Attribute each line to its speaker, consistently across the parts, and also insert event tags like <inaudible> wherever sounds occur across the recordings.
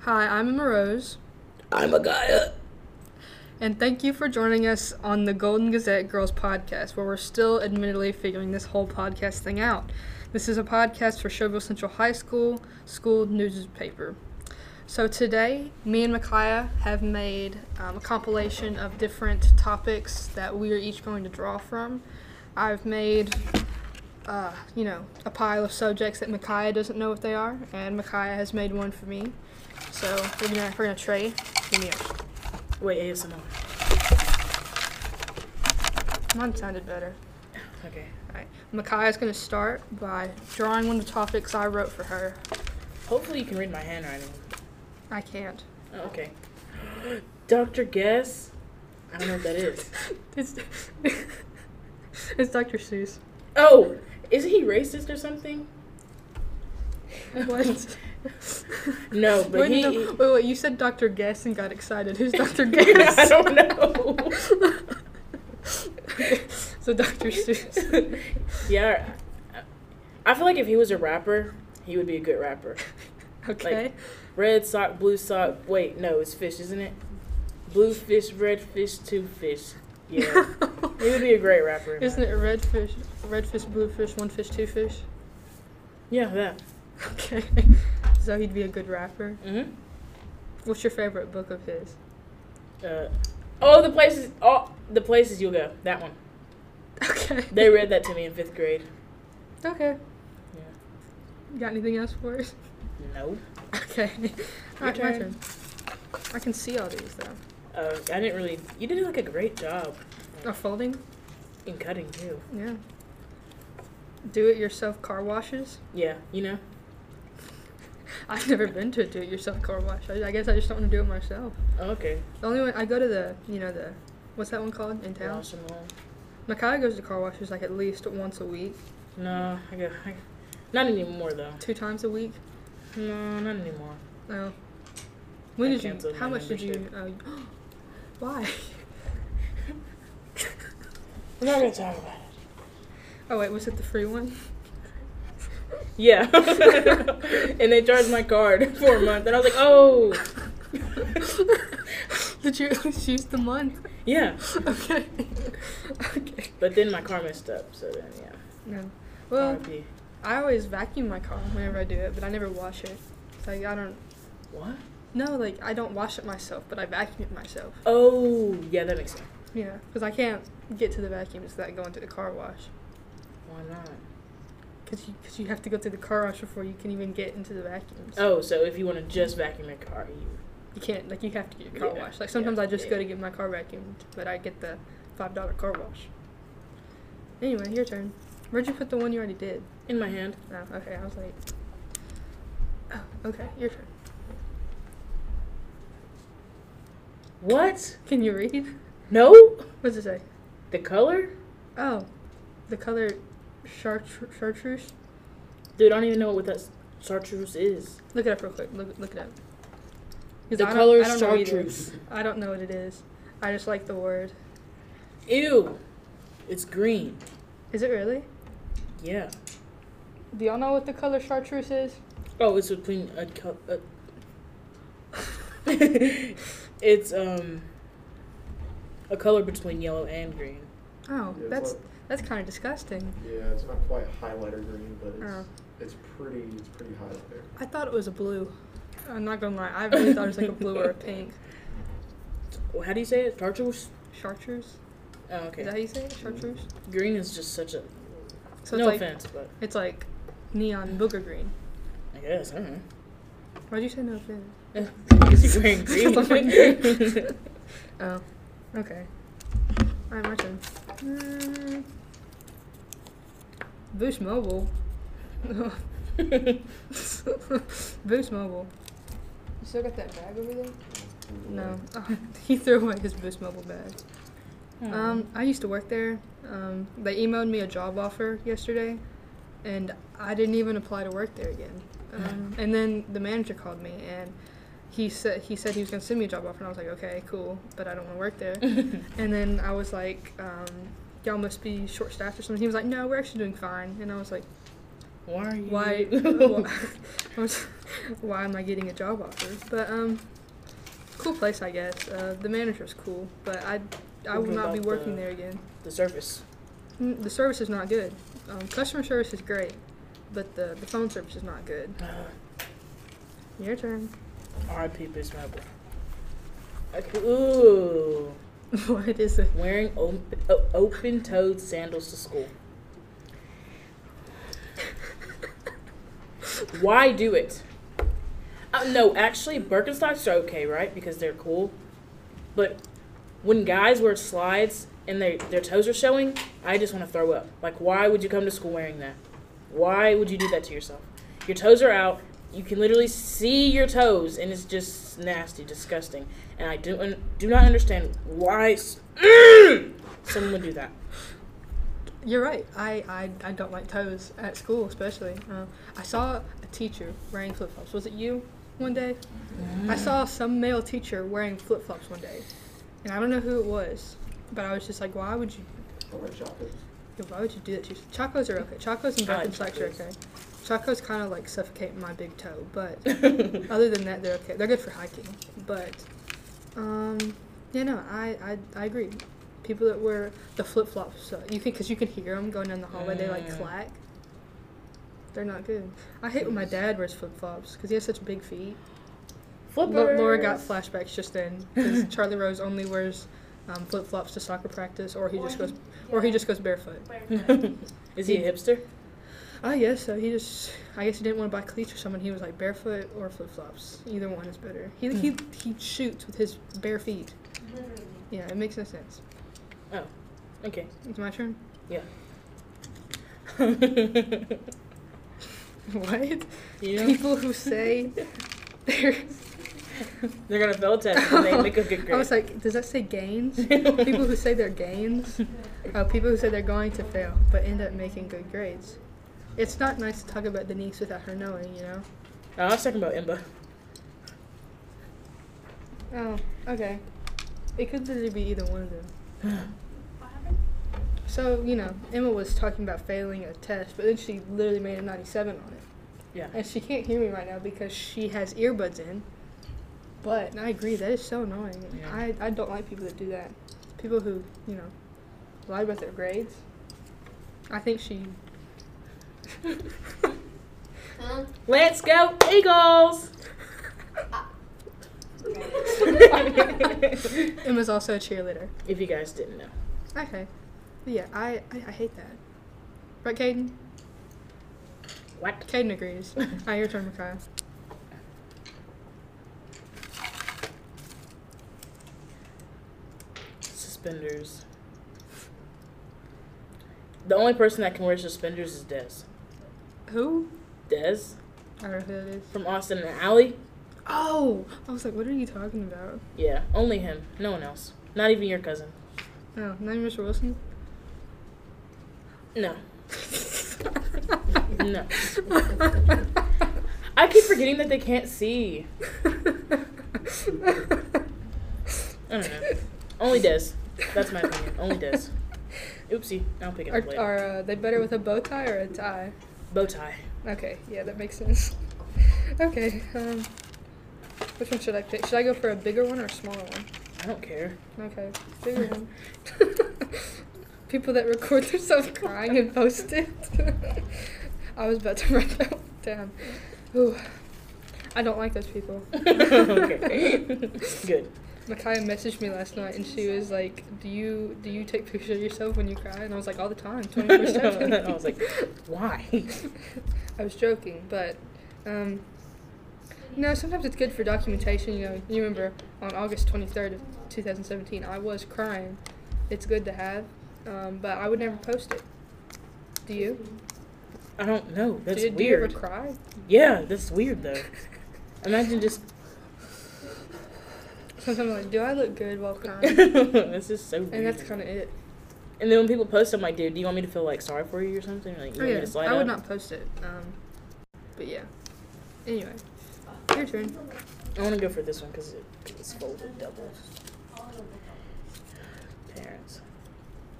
Speaker 1: Hi, I'm Emma Rose,
Speaker 2: I'm a guy.
Speaker 1: and thank you for joining us on the Golden Gazette Girls podcast, where we're still admittedly figuring this whole podcast thing out. This is a podcast for Showville Central High School school newspaper. So today, me and Micaiah have made um, a compilation of different topics that we are each going to draw from. I've made, uh, you know, a pile of subjects that Micaiah doesn't know what they are, and Micaiah has made one for me. So we're gonna, we're gonna trade. Give me yours.
Speaker 3: Wait, ASMR.
Speaker 1: Mine sounded better.
Speaker 3: Okay.
Speaker 1: Alright. Makaya's gonna start by drawing one of the topics I wrote for her.
Speaker 3: Hopefully you can read my handwriting.
Speaker 1: I can't. <laughs>
Speaker 3: Oh, okay. <gasps> Dr. Guess? I don't know what that is.
Speaker 1: It's <laughs> It's Dr. Seuss.
Speaker 3: Oh! Isn't he racist or something? <laughs>
Speaker 1: What?
Speaker 3: No, but
Speaker 1: wait,
Speaker 3: he.
Speaker 1: no,
Speaker 3: he-
Speaker 1: wait, wait, you said Dr. Guess and got excited.
Speaker 3: <laughs>
Speaker 1: Who's Dr.
Speaker 3: I
Speaker 1: Guess?
Speaker 3: don't know.
Speaker 1: so Dr.
Speaker 3: <laughs>
Speaker 1: Seuss.
Speaker 3: yeah. I feel like if he was a rapper, he would be a good rapper.
Speaker 1: Okay.
Speaker 3: Red sock, blue sock. Wait, no, it's fish, isn't it? Blue fish, red fish, two fish. Yeah.
Speaker 2: <laughs>
Speaker 3: he would be a great rapper. in my-
Speaker 1: Isn't it red fish, red fish, blue fish, one fish, two fish?
Speaker 3: Yeah, that.
Speaker 1: <laughs> Okay. <laughs> so he'd be a good rapper.
Speaker 3: Mm hmm.
Speaker 1: What's your favorite book of his? <laughs>
Speaker 3: Uh, oh, the places, all the places you'll go. That one.
Speaker 1: Okay.
Speaker 3: They read that to me in fifth grade.
Speaker 1: Okay.
Speaker 3: Yeah.
Speaker 1: Got anything else for us?
Speaker 3: No.
Speaker 1: Okay. <laughs> Alright, my
Speaker 3: turn.
Speaker 1: turn. I can see all these though.
Speaker 3: Uh, I didn't really. You did like a great job
Speaker 1: Are Oh, folding?
Speaker 3: in cutting too.
Speaker 1: Yeah. Do it yourself car washes? <laughs>
Speaker 3: Yeah. You know.
Speaker 1: I've never been to a do it yourself car wash. I, I guess I just don't want to do it myself.
Speaker 3: Oh, okay.
Speaker 1: The only one I go to the, you know, the, what's that one called in town?
Speaker 3: Lost 'em all.
Speaker 1: Micaiah goes to car washes like at least once a week,
Speaker 3: No, I got. I, not anymore though.
Speaker 1: two times a week.
Speaker 3: No, not anymore.
Speaker 1: No. When
Speaker 3: I
Speaker 1: did you?
Speaker 3: canceled
Speaker 1: How
Speaker 3: my
Speaker 1: much did you? <gasps> Uh, why?
Speaker 3: We're not gonna talk about it.
Speaker 1: Oh wait, was it the free one? <laughs>
Speaker 3: Yeah. <laughs> and they charged my card <laughs> for a month, and I was like, oh,
Speaker 1: Did you <laughs> at least use the month?
Speaker 3: yeah. <laughs>
Speaker 1: Okay. okay.
Speaker 3: But then my car messed up, so then yeah.
Speaker 1: No. Well,
Speaker 3: RIP.
Speaker 1: I always vacuum my car whenever I do it, but I never wash it. It's like I don't.
Speaker 3: What?
Speaker 1: No, like I don't wash it myself, but I vacuum it myself.
Speaker 3: Oh, yeah, that makes sense.
Speaker 1: You know, because I can't get to the vacuum without going to the car wash.
Speaker 3: Why not?
Speaker 1: Because you, cause you have to go through the car wash before you can even get into the vacuums.
Speaker 3: Oh, so if you want to just vacuum your car, you
Speaker 1: You can't, like, you have to get your car
Speaker 3: Yeah,
Speaker 1: washed. Like, sometimes
Speaker 3: yeah,
Speaker 1: I just go
Speaker 3: yeah.
Speaker 1: to get my car vacuumed, but I get the $5 car wash. Anyway, your turn. Where'd you put the one you already did?
Speaker 3: in my hand.
Speaker 1: No, okay, I was like. Oh, okay, your turn.
Speaker 3: What?
Speaker 1: Can you read? <laughs>
Speaker 3: No,
Speaker 1: What does it say?
Speaker 3: the color,
Speaker 1: Oh, the color chartre- chartreuse.
Speaker 3: dude. I don't even know what that s- chartreuse is.
Speaker 1: Look it up real quick. Look, look it up. 'Cause
Speaker 3: The
Speaker 1: I don't-
Speaker 3: color
Speaker 1: I don't know either.
Speaker 3: chartreuse.
Speaker 1: I don't know what it is. I just like the word.
Speaker 3: Ew, it's green.
Speaker 1: Is it really?
Speaker 3: Yeah.
Speaker 1: Do y'all know what the color chartreuse is?
Speaker 3: Oh, it's between a co- a <laughs> it's um a color between yellow and green.
Speaker 1: Oh,
Speaker 4: Yeah, it's
Speaker 1: that's
Speaker 4: like-
Speaker 1: that's kind of disgusting.
Speaker 4: Yeah, it's not quite highlighter green, but it's
Speaker 1: Oh.
Speaker 4: it's pretty it's pretty high up there.
Speaker 1: I thought it was a blue. I'm not gonna lie. I really thought it was like a blue or a pink.
Speaker 3: Well, how do you say it? Chartreuse.
Speaker 1: Chartreuse. Is
Speaker 3: Oh,
Speaker 1: that how
Speaker 3: okay.
Speaker 1: you say it? Chartreuse.
Speaker 3: Green is just such a
Speaker 1: So it's
Speaker 3: no
Speaker 1: like
Speaker 3: offense, but
Speaker 1: it's like neon booger green.
Speaker 3: I guess I don't know.
Speaker 1: Why'd you say no offense?
Speaker 3: Is he wearing green?
Speaker 1: I'm wearing
Speaker 3: <laughs>
Speaker 1: green. Oh, okay. All right, my turn. Mm. Boost Mobile. <laughs> Boost Mobile. You still got that bag over there? <laughs> No. Oh, he threw away his Boost Mobile bag.
Speaker 3: Mm.
Speaker 1: Um, I used to work there. Um, they emailed me a job offer yesterday, and I didn't even apply to work there again.
Speaker 3: Mm.
Speaker 1: Um, and then the manager called me, and he said he said he was gonna send me a job offer, and I was like, okay, cool, but I don't want to work
Speaker 3: <laughs>
Speaker 1: there. and then I was like, um, y'all must be short staffed or something. He was like, no, we're actually doing fine. And I was like,
Speaker 3: Why are you? <laughs>
Speaker 1: Why? I'm s- why am I getting a job offer? But um, cool place, I guess. Uh, the manager's cool, but I I will
Speaker 3: What
Speaker 1: not be
Speaker 3: about
Speaker 1: working
Speaker 3: the-
Speaker 1: there again.
Speaker 3: the surface.
Speaker 1: Mm, The service is not good. Um, customer service is great, but the the phone service is not good.
Speaker 3: Uh,
Speaker 1: Your turn.
Speaker 3: R.I.P. Bitch Mabel. Okay. Ooh.
Speaker 1: <laughs> what is it?
Speaker 3: Wearing open, o- open-toed sandals to school. Why do it? Uh, no, actually, Birkenstocks are okay, right? Because they're cool. But when guys wear slides and their their toes are showing, I just want to throw up. Like, why would you come to school wearing that? Why would you do that to yourself? Your toes are out. You can literally see your toes, and it's just nasty, disgusting. And I do un- do not understand why s- someone would do that.
Speaker 1: You're right. I, I, I don't like toes at school, especially. Uh, I saw a teacher wearing flip flops. Was it you one day? I saw some male teacher wearing flip flops one day, and I don't know who it was, but I was just like, why would you?
Speaker 4: Don't like chocolate.
Speaker 1: Why would you do that to yourself? Chacos are okay. Chacos and
Speaker 3: I like
Speaker 1: Birkenstocks are
Speaker 3: Chacos.
Speaker 1: okay. Chacos kind of like suffocate my big toe, but
Speaker 3: <laughs>
Speaker 1: other than that, they're okay. They're good for hiking, but um, yeah, no, I, I, I agree. People that wear the flip flops, uh, you can because you can hear them going down the hallway. They like
Speaker 3: Mm.
Speaker 1: clack. They're not good. I hate when my dad wears flip flops because he has such big feet. Lo- Laura got
Speaker 3: Flippers.
Speaker 1: flashbacks just then because Charlie Rose only wears um, flip flops to soccer practice, or he just goes, or he just goes barefoot.
Speaker 3: <laughs> Is he a hipster?
Speaker 1: I guess so. He just, I guess he didn't want to buy cleats or something. He was like barefoot or flip flops. Either one is better. He, he
Speaker 3: Hmm.
Speaker 1: he shoots with his bare feet. Yeah, it makes no sense.
Speaker 3: Okay. <laughs>
Speaker 1: It's my turn. <laughs> what?
Speaker 3: You know,
Speaker 1: People who say they're.
Speaker 3: <laughs> they're gonna fail test
Speaker 1: <laughs>
Speaker 3: and they make a good grade.
Speaker 1: I was like, does that say gains? people who say they're
Speaker 3: <laughs>
Speaker 1: gains. Oh, people who say they're going to fail but end up making good grades. It's not nice to talk about the niece without her knowing, you know.
Speaker 3: No, I was talking
Speaker 1: <laughs>
Speaker 3: about Imba.
Speaker 1: Oh, okay. It could literally be either one of them. So, you know, Emma was talking about failing a test, but then she literally made a 97 on it.
Speaker 3: Yeah.
Speaker 1: And she can't hear me right now because she has earbuds in. But I agree, that is so annoying.
Speaker 3: Yeah.
Speaker 1: I, I don't like people that do that. People who, you know, lie about their grades. I think she.
Speaker 2: Huh?
Speaker 3: Let's go Eagles!
Speaker 1: Emma's also a cheerleader.
Speaker 3: If you guys didn't know,
Speaker 1: Okay. But yeah, I, I, I hate that. Right, Caden?
Speaker 3: what?
Speaker 1: Caden
Speaker 3: <laughs>
Speaker 1: agrees. Alright, your turn, Micaiah.
Speaker 3: Suspenders. The only person that can wear suspenders is Dez.
Speaker 1: Who?
Speaker 3: Dez
Speaker 1: I don't know who that is.
Speaker 3: from Austin and Alley.
Speaker 1: Oh, I was like, what are you talking about?
Speaker 3: Yeah, only him. No one else. Not even your cousin.
Speaker 1: Oh, not even Mr. Wilson.
Speaker 3: No. no. I keep forgetting that they can't
Speaker 1: <laughs>
Speaker 3: see. I don't know. Only Dez. That's my opinion. Only Dez. Oopsie. I'll pick it
Speaker 1: <laughs>
Speaker 3: up
Speaker 1: Are,
Speaker 3: later.
Speaker 1: are uh, they better with a bow tie or a tie?
Speaker 3: Bow tie.
Speaker 1: Okay, yeah, that makes sense. <laughs> Okay, um, which one should I pick? Should I go for a bigger one or a smaller one?
Speaker 3: I don't
Speaker 1: <laughs>
Speaker 3: care. <laughs>
Speaker 1: Okay, bigger one. <laughs> People that record themselves crying and post it. <laughs> I was about to <laughs> write that one down. Ooh, I don't like those people.
Speaker 3: <laughs> okay.
Speaker 1: <laughs>
Speaker 3: Good.
Speaker 1: Micaiah messaged me last night and she was like, "Do you do you take pictures of yourself when you cry?" And I was like, "All the time, twenty four seven.
Speaker 3: <laughs> I was like, why?
Speaker 1: <laughs> I was joking, but um, no. Sometimes it's good for documentation. You know, you remember on August twenty third of two thousand seventeen, I was crying. It's good to have, um, but I would never post it. Do you?
Speaker 3: I don't know. That's
Speaker 1: do, you- do you ever
Speaker 3: weird.
Speaker 1: cry? <laughs>
Speaker 3: Yeah, that's weird though. Imagine just. <laughs>
Speaker 1: Sometimes I'm like, "Do I look good while crying?"
Speaker 3: <laughs> this is so weird.
Speaker 1: and that's kind of it.
Speaker 3: And then when people post, I'm like, dude, do you want me to feel like sorry for you or something? Like, you
Speaker 1: Oh,
Speaker 3: want me
Speaker 1: yeah.
Speaker 3: to slide
Speaker 1: I would
Speaker 3: up?
Speaker 1: not post it. Um, but yeah. Anyway, your turn.
Speaker 3: I want to go for this one because it, it's folded double. Parents,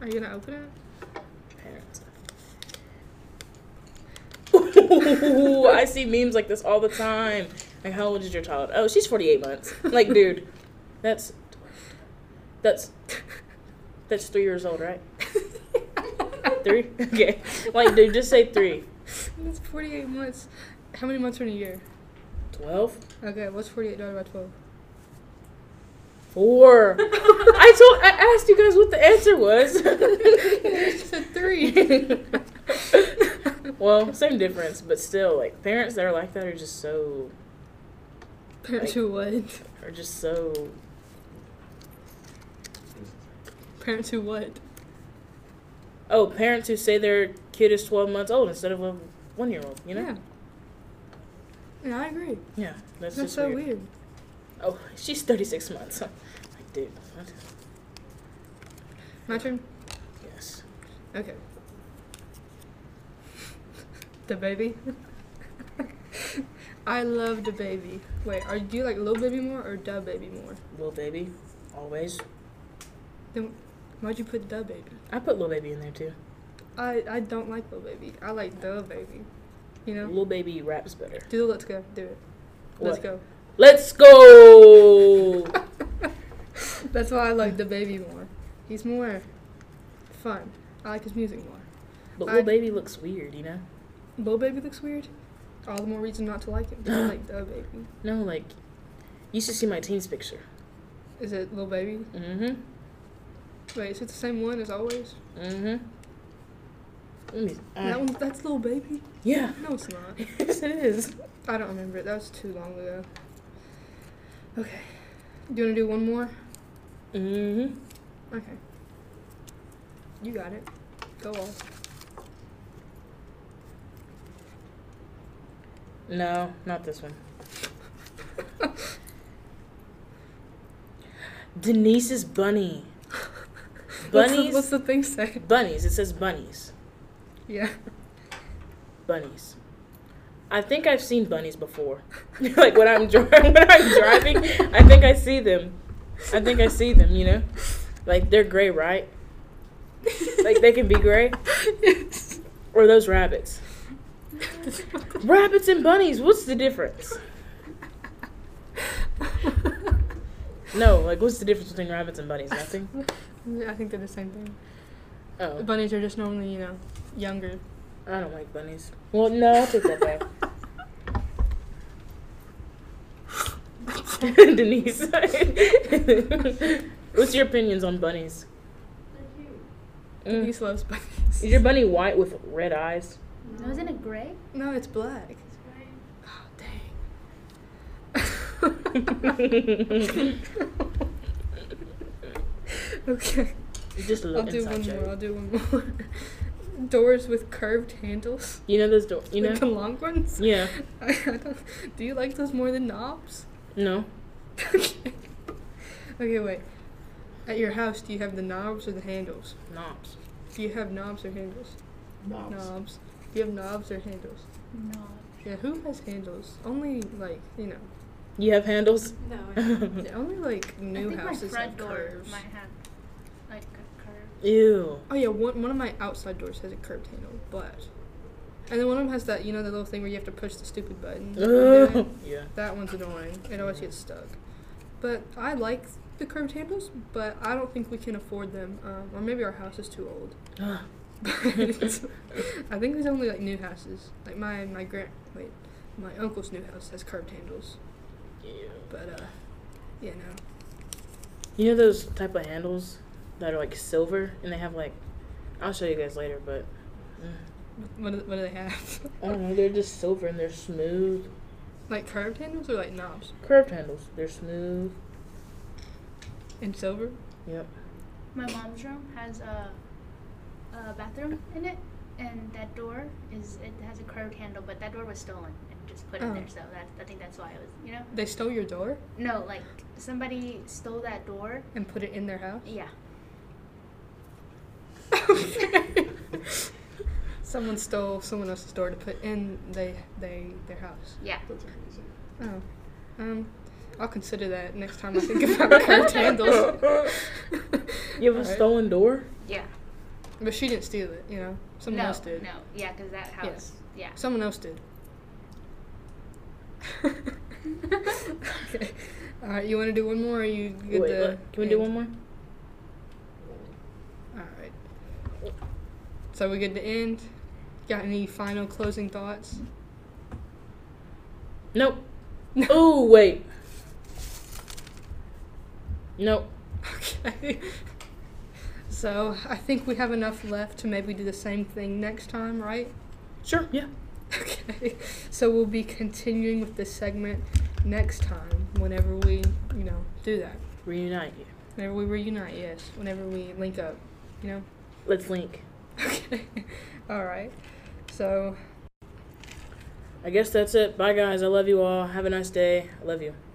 Speaker 1: Are you gonna open it?
Speaker 3: parents. Ooh, I see memes like this all the time. Like, how old is your child? Oh, she's 48 months. Like, dude, that's that's that's three years old, right? <laughs> Three? <laughs> Okay. Like, dude, just say three.
Speaker 1: <laughs> That's 48 months. How many months are in a year?
Speaker 3: Twelve?
Speaker 1: Okay, what's 48 divided by
Speaker 3: <laughs>
Speaker 1: 12?
Speaker 3: Four. I told I asked you guys what the answer
Speaker 1: <laughs>
Speaker 3: was. <laughs>
Speaker 1: It's a 3.
Speaker 3: well, same difference, but still, like parents that are like that are just so
Speaker 1: Parents who what?
Speaker 3: are just so
Speaker 1: Parents who what?
Speaker 3: oh parents who say their kid is twelve months old instead of a one year old. You know?
Speaker 1: Yeah. Yeah, I agree.
Speaker 3: Yeah.
Speaker 1: That's,
Speaker 3: that's, just
Speaker 1: so
Speaker 3: weird.
Speaker 1: weird.
Speaker 3: Oh, she's thirty six months. <laughs> Like, dude. what?
Speaker 1: My turn?
Speaker 3: Yes.
Speaker 1: Okay. The baby? <laughs> I love the baby. Wait, are do you like little baby more or da baby more?
Speaker 3: Little baby, always.
Speaker 1: Then why'd you put da baby?
Speaker 3: I put little baby in there too.
Speaker 1: I I don't like little baby. I like the baby. You know?
Speaker 3: Little baby raps better.
Speaker 1: Do the let's go. Do it. Let's
Speaker 3: What?
Speaker 1: go. <laughs>
Speaker 3: Let's go.
Speaker 1: That's why I like the baby more. He's more fun. I like his music more.
Speaker 3: But
Speaker 1: I-
Speaker 3: little baby looks weird, you know.
Speaker 1: Little baby looks weird. All the more reason not to like him. 'cause I like the baby.
Speaker 3: No, like you should see my teen's picture.
Speaker 1: Is it little baby?
Speaker 3: Mm-hmm.
Speaker 1: Wait, is it the same one as always?
Speaker 3: Mm-hmm. Let me. uh,
Speaker 1: That one, that's little baby.
Speaker 3: Yeah.
Speaker 1: Uh,
Speaker 3: <laughs>
Speaker 1: No, it's not.
Speaker 3: yes, it is.
Speaker 1: I don't remember it. That was too long ago. Okay. Do you want to do one more?
Speaker 3: Mm-hmm.
Speaker 1: Okay. You got it. Go off.
Speaker 3: No, not
Speaker 1: <laughs>
Speaker 3: this one. Denise's bunny.
Speaker 1: <laughs> What's the-
Speaker 3: Bunnies.
Speaker 1: What's the thing say?
Speaker 3: bunnies. It says bunnies.
Speaker 1: Yeah.
Speaker 3: Bunnies. I think I've seen bunnies before. <laughs> like when I'm driving, <laughs> when I'm driving, I think I see them. I think I see them. You know, like they're gray, right? Like they can be gray.
Speaker 1: Yes.
Speaker 3: Or those rabbits. Rabbits and bunnies. What's the difference? No, like what's the difference between rabbits and bunnies? Nothing.
Speaker 1: I think they're the same thing.
Speaker 3: Oh,
Speaker 1: Bunnies are just normally, you know, younger.
Speaker 3: I don't like bunnies. Well, no, I'll take that back. <laughs> Denise, what's your opinions on bunnies? Mm.
Speaker 1: Denise loves bunnies.
Speaker 3: Is your bunny white with red eyes?
Speaker 2: Wasn't it gray?
Speaker 1: No, it's black. Oh,
Speaker 3: <laughs>
Speaker 1: dang. <laughs> okay.
Speaker 3: Just a
Speaker 1: I'll
Speaker 3: little
Speaker 1: do
Speaker 3: inside
Speaker 1: one
Speaker 3: joke.
Speaker 1: more. I'll do one more. <laughs> Doors with curved handles.
Speaker 3: You know those door. You
Speaker 1: like the
Speaker 3: know.
Speaker 1: long ones.
Speaker 3: Yeah.
Speaker 1: <laughs> I don't, do you like those more than knobs? <laughs>
Speaker 3: No.
Speaker 1: okay. Okay, wait. At your house, do you have the knobs or the handles?
Speaker 3: Knobs.
Speaker 1: Do you have knobs or handles?
Speaker 4: Knobs.
Speaker 1: Knobs. Do you have knobs or handles?
Speaker 2: No.
Speaker 1: Yeah, who has handles? Only like you know,
Speaker 3: You have handles.
Speaker 5: No.
Speaker 3: <laughs> Hmm.
Speaker 1: yeah, only like new
Speaker 2: I think
Speaker 1: houses
Speaker 2: my front
Speaker 1: have
Speaker 2: door
Speaker 1: curves.
Speaker 2: might have like a curve.
Speaker 1: <laughs>
Speaker 3: Ew.
Speaker 1: Oh yeah, one one of my outside doors has a curved handle, but and then one of them has that you know the little thing where you have to push the stupid
Speaker 3: <laughs>
Speaker 1: button.
Speaker 3: Ugh. Yeah.
Speaker 1: That one's annoying. It always gets stuck. But I like the curved handles, but I don't think we can afford them, um, or maybe our house is too old. <laughs>
Speaker 3: Ugh.
Speaker 1: But I think there's only like new houses. Like my my grand wait, my uncle's new house has curved handles,
Speaker 3: Ew.
Speaker 1: but uh, yeah no.
Speaker 3: <gasps> You know those type of handles that are like silver and they have like I'll show you guys later, but mm,
Speaker 1: What do, what do they have?
Speaker 3: I don't know, they're just silver and they're smooth.
Speaker 1: like curved handles or like knobs?
Speaker 3: Curved handles. They're smooth.
Speaker 1: And silver?
Speaker 3: Yep.
Speaker 2: My mom's room has a, a bathroom in it, and that door is it has a curved handle, but that door was stolen and just put
Speaker 1: Oh.
Speaker 2: in there. So that I think that's why it was you know
Speaker 1: They stole your door
Speaker 2: no like somebody stole that door.
Speaker 1: and put it in their house?
Speaker 2: Yeah.
Speaker 1: <laughs> Someone stole someone else's door to put in they they their house.
Speaker 2: Yeah.
Speaker 4: That's amazing.
Speaker 1: Oh. Um I'll consider that next time I
Speaker 2: <laughs>
Speaker 1: think about curved handles.
Speaker 3: You have a
Speaker 1: Alright.
Speaker 3: stolen door?
Speaker 2: Yeah.
Speaker 1: But she didn't steal it, you know. Someone
Speaker 2: no,
Speaker 1: else did.
Speaker 2: No, yeah, because that house. Yeah.
Speaker 1: Someone else
Speaker 2: <laughs>
Speaker 1: did. <laughs> okay. All right. You want to do one more? Or you
Speaker 3: Wait,
Speaker 1: good
Speaker 3: look,
Speaker 1: to
Speaker 3: can we do one
Speaker 1: end?
Speaker 3: more?
Speaker 1: All right. So we good to end. Got any final closing thoughts?
Speaker 3: <laughs> Nope. oh wait. Nope.
Speaker 1: <laughs> Okay. So I think we have enough left to maybe do the same thing next time, right? <laughs>
Speaker 3: Sure. Yeah.
Speaker 1: Okay. So we'll be continuing with this segment next time, whenever we, you know, do that.
Speaker 3: Reunite you.
Speaker 1: Whenever we reunite, yes. Whenever we link up, you know.
Speaker 3: Let's link.
Speaker 1: Okay. All right. So
Speaker 3: I guess that's it. Bye guys. I love you all. Have a nice day. I love you.